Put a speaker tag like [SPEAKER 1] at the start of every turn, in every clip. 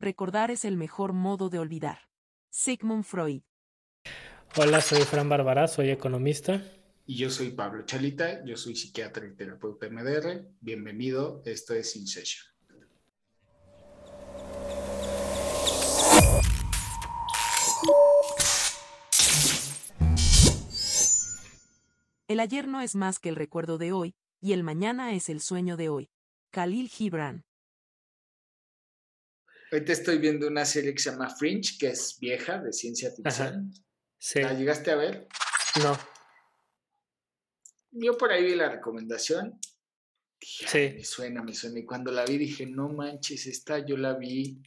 [SPEAKER 1] Recordar es el mejor modo de olvidar. Sigmund Freud.
[SPEAKER 2] Hola, soy Fran Barbará, soy economista.
[SPEAKER 3] Y yo soy Pablo Chalita, yo soy psiquiatra y terapeuta MDR. Bienvenido, esto es In Session.
[SPEAKER 1] El ayer no es más que el recuerdo de hoy, y el mañana es el sueño de hoy. Khalil Gibran.
[SPEAKER 3] Ahorita estoy viendo una serie que se llama Fringe, que es vieja, de ciencia ficción.
[SPEAKER 2] Sí.
[SPEAKER 3] ¿La llegaste a ver?
[SPEAKER 2] No.
[SPEAKER 3] Yo por ahí vi la recomendación. Dije, "Ay,
[SPEAKER 2] Sí.
[SPEAKER 3] Me suena, me suena. Y cuando la vi dije, no manches, esta yo la vi.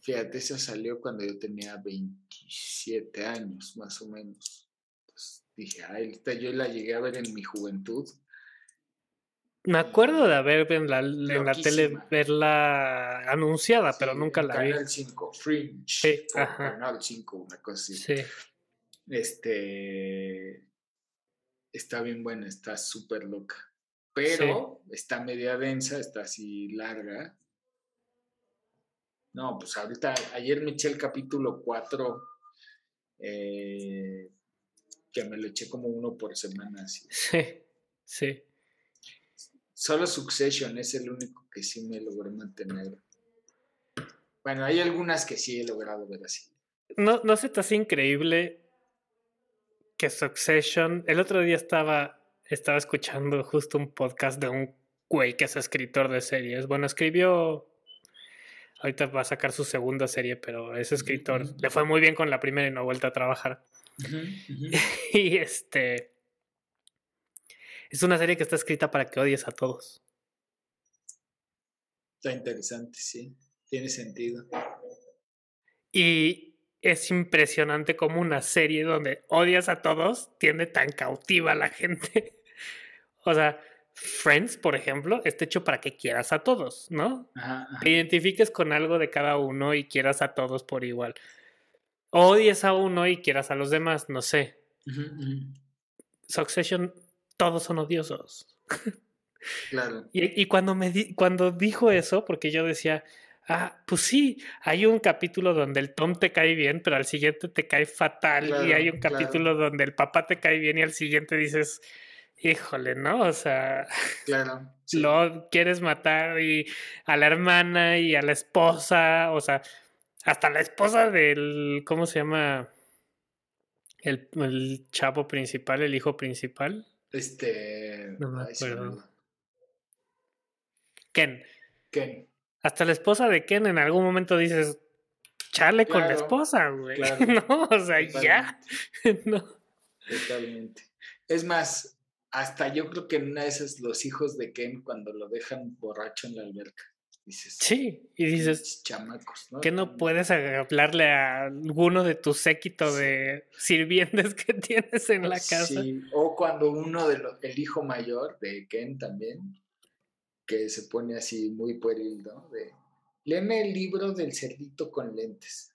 [SPEAKER 3] Fíjate, esa salió cuando yo tenía 27 años, más o menos. Entonces dije, ay, esta yo la llegué a ver en mi juventud.
[SPEAKER 2] Me acuerdo de haber en la, en la
[SPEAKER 3] Loquísima.
[SPEAKER 2] tele verla anunciada, Ah, pero
[SPEAKER 3] Sí,
[SPEAKER 2] nunca
[SPEAKER 3] en
[SPEAKER 2] la vi.
[SPEAKER 3] Canal 5, Fringe.
[SPEAKER 2] Sí,
[SPEAKER 3] o
[SPEAKER 2] ajá.
[SPEAKER 3] Canal 5, una cosa así.
[SPEAKER 2] Sí.
[SPEAKER 3] Este. Está bien buena, está súper loca. Pero está media densa, está así larga. No, pues ahorita, ayer me eché el capítulo 4, eh, que me lo eché como uno por semana. así.
[SPEAKER 2] Sí. Sí.
[SPEAKER 3] Solo Succession es el único que sí me logré mantener. Bueno, hay algunas que sí he logrado ver así.
[SPEAKER 2] ¿No, no se te hace increíble que Succession? El otro día estaba, estaba escuchando justo un podcast de un güey que es escritor de series. Bueno, escribió. Ahorita va a sacar su segunda serie, pero es escritor.
[SPEAKER 3] ujú.
[SPEAKER 2] Le fue muy bien con la primera y no ha vuelto a trabajar. Y este. Es una serie que está escrita para que odies a todos.
[SPEAKER 3] Está interesante, sí. Tiene sentido.
[SPEAKER 2] Y es impresionante cómo una serie donde odias a todos tiene tan cautiva a la gente. O sea, Friends, por ejemplo, está hecho para que quieras a todos, ¿no?
[SPEAKER 3] Ajá, ajá.
[SPEAKER 2] Te identifiques con algo de cada uno y quieras a todos por igual. Odies a uno y quieras a los demás, no sé.
[SPEAKER 3] Ujú, ujú.
[SPEAKER 2] Succession, todos son odiosos.
[SPEAKER 3] Claro.
[SPEAKER 2] Y, y cuando me di- cuando dijo eso, porque yo decía, ah, pues sí, hay un capítulo donde el Tom te cae bien, pero al siguiente te cae fatal, y hay
[SPEAKER 3] Claro,
[SPEAKER 2] un
[SPEAKER 3] claro.
[SPEAKER 2] capítulo donde el papá te cae bien y al siguiente dices, híjole, ¿no? O sea,
[SPEAKER 3] Claro. sí.
[SPEAKER 2] lo quieres matar y a la hermana y a la esposa, o sea, hasta la esposa del, ¿cómo se llama? El, el chavo principal, el hijo principal,
[SPEAKER 3] Este.
[SPEAKER 2] No me
[SPEAKER 3] ay, se
[SPEAKER 2] acuerdo.
[SPEAKER 3] olvidó.
[SPEAKER 2] Ken.
[SPEAKER 3] Ken.
[SPEAKER 2] hasta la esposa de Ken en algún momento dices, chale con la
[SPEAKER 3] Claro,
[SPEAKER 2] esposa, güey.
[SPEAKER 3] claro.
[SPEAKER 2] No, o sea, ya.
[SPEAKER 3] totalmente,
[SPEAKER 2] No.
[SPEAKER 3] Totalmente. Es más, hasta yo creo que en una de esas, los hijos de Ken, cuando lo dejan borracho en la alberca, dices.
[SPEAKER 2] Sí, y dices,
[SPEAKER 3] "Pinches Chamacos, ¿no?
[SPEAKER 2] que no
[SPEAKER 3] También".
[SPEAKER 2] puedes hablarle a alguno de tu séquito de sirvientes que tienes en la casa.
[SPEAKER 3] Sí, O cuando uno de los, el hijo mayor de Ken también, que se pone así muy pueril, ¿no? De, léeme el libro del cerdito con lentes.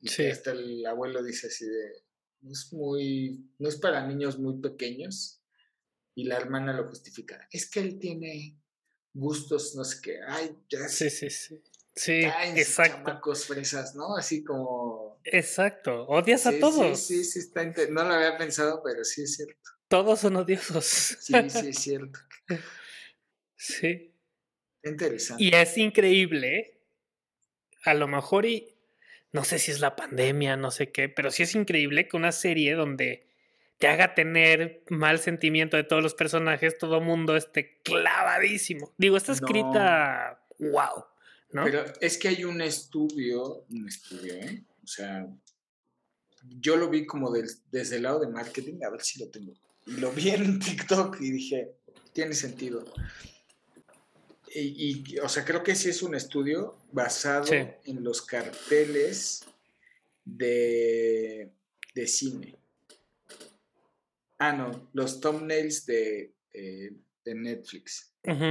[SPEAKER 3] Y que
[SPEAKER 2] Sí.
[SPEAKER 3] hasta el abuelo dice así de, "No es muy, no es para niños muy pequeños. Y la hermana lo justifica. Es que él tiene gustos, no sé qué. Ay, ya
[SPEAKER 2] sí, sí, sí. Sí,
[SPEAKER 3] cállense,
[SPEAKER 2] exacto.
[SPEAKER 3] chamacos fresas, ¿no? Así como...
[SPEAKER 2] Exacto. Odias
[SPEAKER 3] Sí,
[SPEAKER 2] a
[SPEAKER 3] sí,
[SPEAKER 2] todos.
[SPEAKER 3] sí, sí, está inte- No lo había pensado, pero sí es cierto.
[SPEAKER 2] Todos son odiosos.
[SPEAKER 3] Sí, sí, es cierto.
[SPEAKER 2] sí.
[SPEAKER 3] Está Interesante.
[SPEAKER 2] Y es increíble, a lo mejor, y no sé si es la pandemia, no sé qué, pero sí es increíble que una serie donde te haga tener mal sentimiento de todos los personajes, todo mundo esté clavadísimo. Digo, está
[SPEAKER 3] No.
[SPEAKER 2] escrita, wow, ¿no?
[SPEAKER 3] Pero es que hay un estudio, un estudio, ¿eh? O sea, yo lo vi como del- desde el lado de marketing, a ver si lo tengo. Y lo vi en TikTok y dije, tiene sentido. Y, y, o sea, creo que sí es un estudio basado
[SPEAKER 2] Sí.
[SPEAKER 3] en los carteles de, de cine. Ah, no, los thumbnails de, eh, de Netflix.
[SPEAKER 2] Ujú.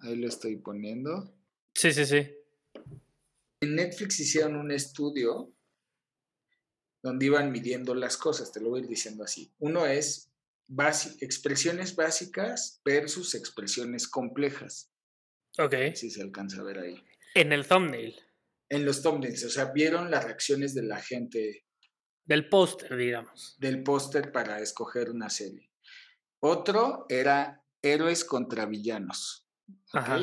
[SPEAKER 3] Ahí lo estoy poniendo.
[SPEAKER 2] Sí, sí, sí.
[SPEAKER 3] En Netflix hicieron un estudio donde iban midiendo las cosas, te lo voy a ir diciendo así. Uno es basi- expresiones básicas versus expresiones complejas,
[SPEAKER 2] Ok.
[SPEAKER 3] si se alcanza a ver ahí.
[SPEAKER 2] En el thumbnail.
[SPEAKER 3] en los thumbnails, o sea, vieron las reacciones de la gente
[SPEAKER 2] Del póster, digamos.
[SPEAKER 3] del póster para escoger una serie. Otro era héroes contra villanos. ¿ok?
[SPEAKER 2] Ajá.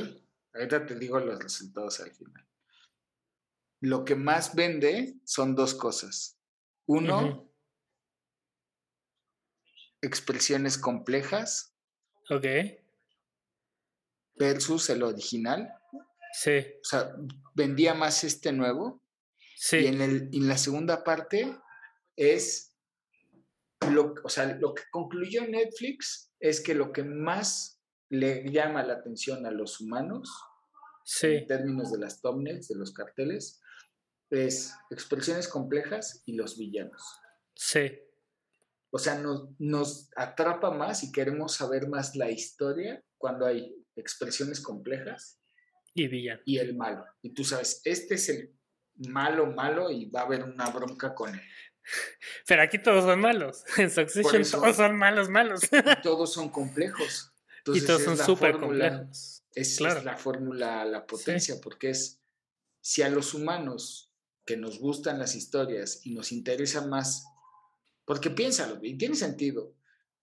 [SPEAKER 3] Ahorita te digo los resultados al final. Lo que más vende son dos cosas. Uno,
[SPEAKER 2] Ujú.
[SPEAKER 3] expresiones complejas
[SPEAKER 2] Ok.
[SPEAKER 3] versus el original.
[SPEAKER 2] Sí.
[SPEAKER 3] O sea, vendía más este nuevo.
[SPEAKER 2] Sí.
[SPEAKER 3] Y en, el, y en la segunda parte es, lo, o sea, lo que concluyó Netflix es que lo que más le llama la atención a los humanos,
[SPEAKER 2] Sí.
[SPEAKER 3] en términos de las thumbnails, de los carteles, es expresiones complejas y los villanos.
[SPEAKER 2] Sí.
[SPEAKER 3] O sea, nos, nos atrapa más y queremos saber más la historia cuando hay expresiones complejas
[SPEAKER 2] Y villano.
[SPEAKER 3] y el malo. Y tú sabes, este es el malo, malo y va a haber una bronca con él.
[SPEAKER 2] Pero aquí todos son malos. En Succession
[SPEAKER 3] eso.
[SPEAKER 2] todos son malos, malos.
[SPEAKER 3] y todos son complejos. Entonces,
[SPEAKER 2] y todos
[SPEAKER 3] es
[SPEAKER 2] son
[SPEAKER 3] la
[SPEAKER 2] súper
[SPEAKER 3] fórmula-
[SPEAKER 2] complejos.
[SPEAKER 3] Es, es
[SPEAKER 2] claro.
[SPEAKER 3] la fórmula, a la potencia, porque es si a los humanos que nos gustan las historias y nos interesa más, porque piénsalo, y tiene sentido.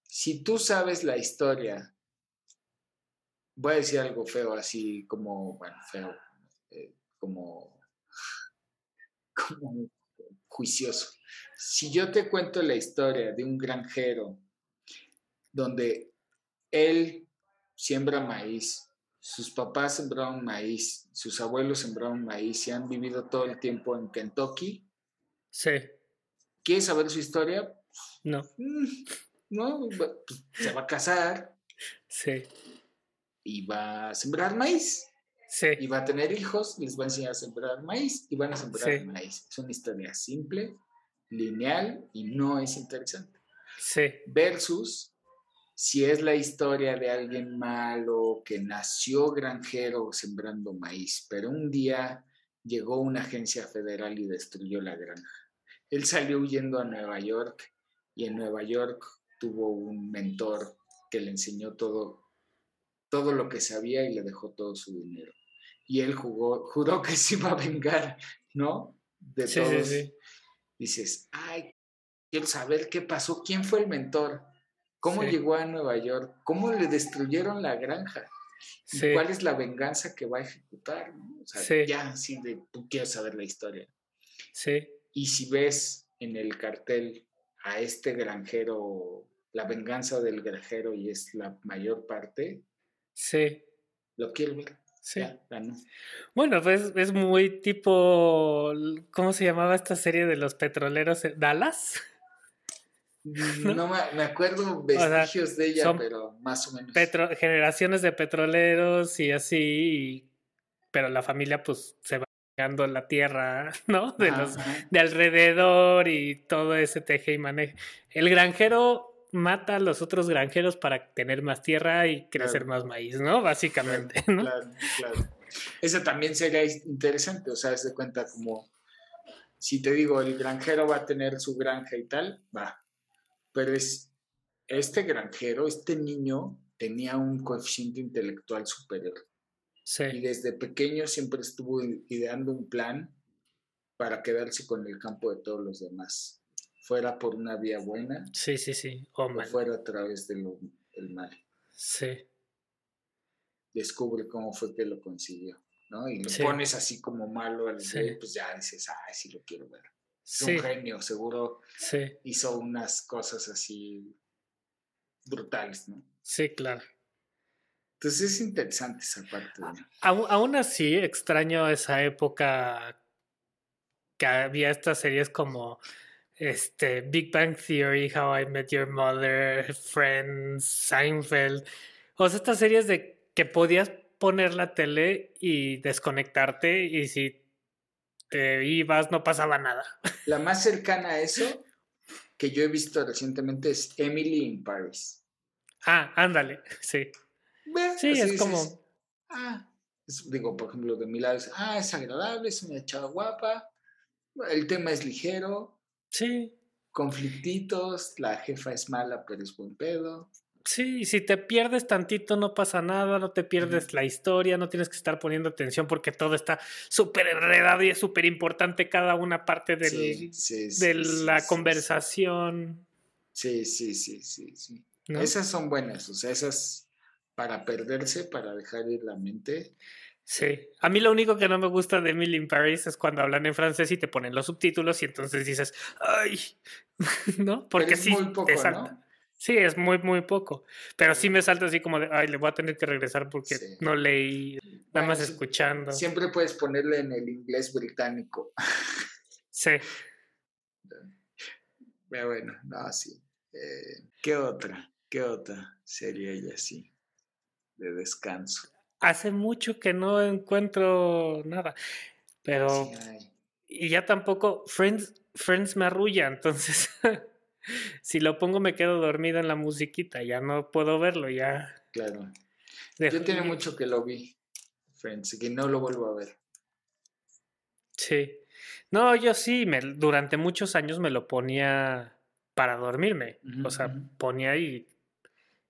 [SPEAKER 3] Si tú sabes la historia, voy a decir algo feo, así como, bueno, feo, eh, como, como juicioso. Si yo te cuento la historia de un granjero donde él siembra maíz, sus papás sembraron maíz, sus abuelos sembraron maíz y han vivido todo el tiempo en Kentucky,
[SPEAKER 2] Sí.
[SPEAKER 3] ¿quieres saber su historia?
[SPEAKER 2] No.
[SPEAKER 3] Mm, No, va- pues, se va a casar
[SPEAKER 2] Sí.
[SPEAKER 3] y va a sembrar maíz y
[SPEAKER 2] Sí.
[SPEAKER 3] va a tener hijos, les va a enseñar a sembrar maíz y van a sembrar
[SPEAKER 2] Sí.
[SPEAKER 3] maíz. Es una historia simple, lineal y no es interesante.
[SPEAKER 2] Sí.
[SPEAKER 3] versus si es la historia de alguien malo que nació granjero sembrando maíz, pero un día llegó una agencia federal y destruyó la granja. Él salió huyendo a Nueva York y en Nueva York tuvo un mentor que le enseñó todo, todo lo que sabía y le dejó todo su dinero. Y él jugó, juró que se iba a vengar, ¿no? De
[SPEAKER 2] Sí, sí,
[SPEAKER 3] todos
[SPEAKER 2] sí.
[SPEAKER 3] dices, ay, quiero saber qué pasó, quién fue el mentor, cómo
[SPEAKER 2] Sí.
[SPEAKER 3] llegó a Nueva York, cómo le destruyeron la granja, ¿Y
[SPEAKER 2] Sí.
[SPEAKER 3] cuál es la venganza que va a ejecutar. ¿no? O sea,
[SPEAKER 2] Sí.
[SPEAKER 3] ya, así de, tú quieres saber la historia.
[SPEAKER 2] Sí.
[SPEAKER 3] Y si ves en el cartel a este granjero, la venganza del granjero y es la mayor parte,
[SPEAKER 2] Sí.
[SPEAKER 3] lo quiero ver.
[SPEAKER 2] Sí.
[SPEAKER 3] Ya, ganó.
[SPEAKER 2] Bueno, pues es muy tipo. ¿Cómo se llamaba esta serie de los petroleros? ¿Dallas?
[SPEAKER 3] No me, me acuerdo
[SPEAKER 2] sea,
[SPEAKER 3] vestigios de ella,
[SPEAKER 2] son
[SPEAKER 3] pero más o menos.
[SPEAKER 2] Petro- generaciones de petroleros y así. y- pero la familia, pues, se va llegando la tierra, ¿no? De
[SPEAKER 3] Ajá,
[SPEAKER 2] los
[SPEAKER 3] ajá.
[SPEAKER 2] de alrededor y todo ese teje y maneje. El granjero mata a los otros granjeros para tener más tierra y crecer
[SPEAKER 3] Claro.
[SPEAKER 2] más maíz, ¿no? Básicamente, ¿no?
[SPEAKER 3] Claro, claro. Eso también sería is- interesante, o sea, haz de cuenta como, si te digo, el granjero va a tener su granja y tal, va, pero es, este granjero, este niño, tenía un coeficiente intelectual superior y
[SPEAKER 2] Sí,
[SPEAKER 3] desde pequeño siempre estuvo i- ideando un plan para quedarse con el campo de todos los demás, fuera por una vía buena
[SPEAKER 2] sí, sí, sí. Oh,
[SPEAKER 3] o
[SPEAKER 2] man.
[SPEAKER 3] fuera a través del mal.
[SPEAKER 2] Sí,
[SPEAKER 3] descubre cómo fue que lo consiguió, ¿no? Y lo
[SPEAKER 2] Sí.
[SPEAKER 3] pones así como malo al
[SPEAKER 2] Sí.
[SPEAKER 3] güey, pues ya dices, ay, sí lo quiero ver. Es
[SPEAKER 2] sí,
[SPEAKER 3] un genio, seguro
[SPEAKER 2] sí,
[SPEAKER 3] hizo unas cosas así brutales, ¿no?
[SPEAKER 2] sí, claro.
[SPEAKER 3] Entonces es interesante esa parte. ¿no?
[SPEAKER 2] Au- aún así, extraño esa época que había estas series como este, Big Bang Theory, How I Met Your Mother, Friends, Seinfeld. O sea, estas series de que podías poner la tele y desconectarte y si te ibas no pasaba nada.
[SPEAKER 3] La más cercana a eso que yo he visto recientemente es Emily in Paris.
[SPEAKER 2] Ah, ándale, sí.
[SPEAKER 3] Ve,
[SPEAKER 2] Sí,
[SPEAKER 3] así
[SPEAKER 2] es
[SPEAKER 3] dices,
[SPEAKER 2] como,
[SPEAKER 3] ah, es- digo, por ejemplo, de mi lado es, ah, es agradable, es una chava guapa, el tema es ligero,
[SPEAKER 2] sí,
[SPEAKER 3] conflictitos, la jefa es mala, pero es buen pedo.
[SPEAKER 2] Sí, si te pierdes tantito no pasa nada, no te pierdes la historia, no tienes que estar poniendo atención porque todo está súper enredado y es súper importante cada una parte del,
[SPEAKER 3] Sí, sí, sí,
[SPEAKER 2] de
[SPEAKER 3] sí,
[SPEAKER 2] la
[SPEAKER 3] sí,
[SPEAKER 2] conversación.
[SPEAKER 3] Sí, sí, sí, sí, sí.
[SPEAKER 2] ¿no?
[SPEAKER 3] Esas son buenas, o sea, esas para perderse, para dejar ir la mente.
[SPEAKER 2] Sí. A mí lo único que no me gusta de Emily in Paris es cuando hablan en francés y te ponen los subtítulos y entonces dices, ay, ¿no? Porque
[SPEAKER 3] es
[SPEAKER 2] sí,
[SPEAKER 3] muy poco,
[SPEAKER 2] te salta.
[SPEAKER 3] ¿no?
[SPEAKER 2] Sí, es muy, muy poco. Pero sí me salta así como de, ay, le voy a tener que regresar porque
[SPEAKER 3] Sí.
[SPEAKER 2] no leí, nada
[SPEAKER 3] Bueno,
[SPEAKER 2] más
[SPEAKER 3] sí,
[SPEAKER 2] escuchando.
[SPEAKER 3] Siempre puedes ponerle en el inglés británico.
[SPEAKER 2] Sí.
[SPEAKER 3] Pero bueno, no, sí. Eh, ¿Qué otra? ¿Qué otra sería ella así? De descanso.
[SPEAKER 2] Hace mucho que no encuentro nada. Pero,
[SPEAKER 3] Sí, ay.
[SPEAKER 2] y ya tampoco, Friends, Friends me arrulla, entonces, si lo pongo me quedo dormido en la musiquita, ya no puedo verlo, ya.
[SPEAKER 3] Claro.
[SPEAKER 2] dejó-
[SPEAKER 3] Yo tiene mucho que lo vi, Friends, y que no lo vuelvo a ver.
[SPEAKER 2] Sí. No, yo sí, me, durante muchos años me lo ponía para dormirme.
[SPEAKER 3] Ujú,
[SPEAKER 2] O sea,
[SPEAKER 3] ujú.
[SPEAKER 2] ponía y,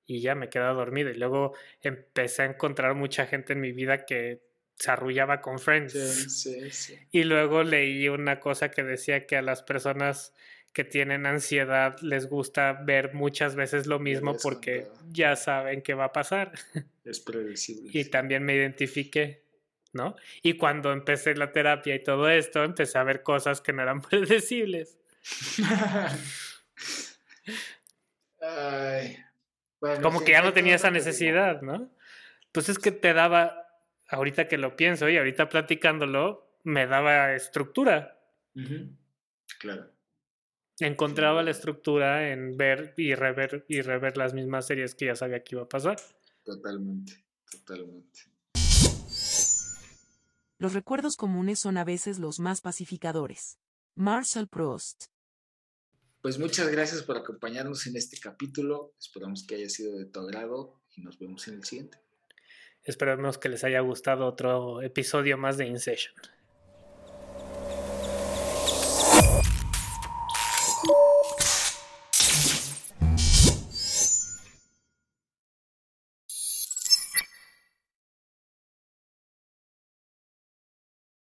[SPEAKER 2] y ya me quedaba dormido. Y luego empecé a encontrar mucha gente en mi vida que se arrullaba con Friends.
[SPEAKER 3] Sí, sí, sí.
[SPEAKER 2] Y luego leí una cosa que decía que a las personas que tienen ansiedad les gusta ver muchas veces lo mismo
[SPEAKER 3] habías
[SPEAKER 2] porque
[SPEAKER 3] contado.
[SPEAKER 2] ya saben qué va a pasar.
[SPEAKER 3] Es predecible.
[SPEAKER 2] Y también me identifiqué, ¿no? Y cuando empecé la terapia y todo esto, empecé a ver cosas que no eran predecibles.
[SPEAKER 3] Ay, bueno,
[SPEAKER 2] Como
[SPEAKER 3] sí,
[SPEAKER 2] que ya
[SPEAKER 3] hay
[SPEAKER 2] no tenía
[SPEAKER 3] todo
[SPEAKER 2] esa
[SPEAKER 3] lo que digo.
[SPEAKER 2] necesidad, ¿no? Pues es que te daba, ahorita que lo pienso y ahorita platicándolo, me daba estructura.
[SPEAKER 3] Ujú, Claro.
[SPEAKER 2] Encontraba la
[SPEAKER 3] duda.
[SPEAKER 2] estructura en ver y rever y rever las mismas series que ya sabía que iba a pasar.
[SPEAKER 3] Totalmente, totalmente.
[SPEAKER 1] Los recuerdos comunes son a veces los más pacificadores. Marcel Proust.
[SPEAKER 3] Pues muchas gracias por acompañarnos en este capítulo. Esperamos que haya sido de tu agrado y nos vemos en el siguiente.
[SPEAKER 2] Esperamos que les haya gustado otro episodio más de Incession.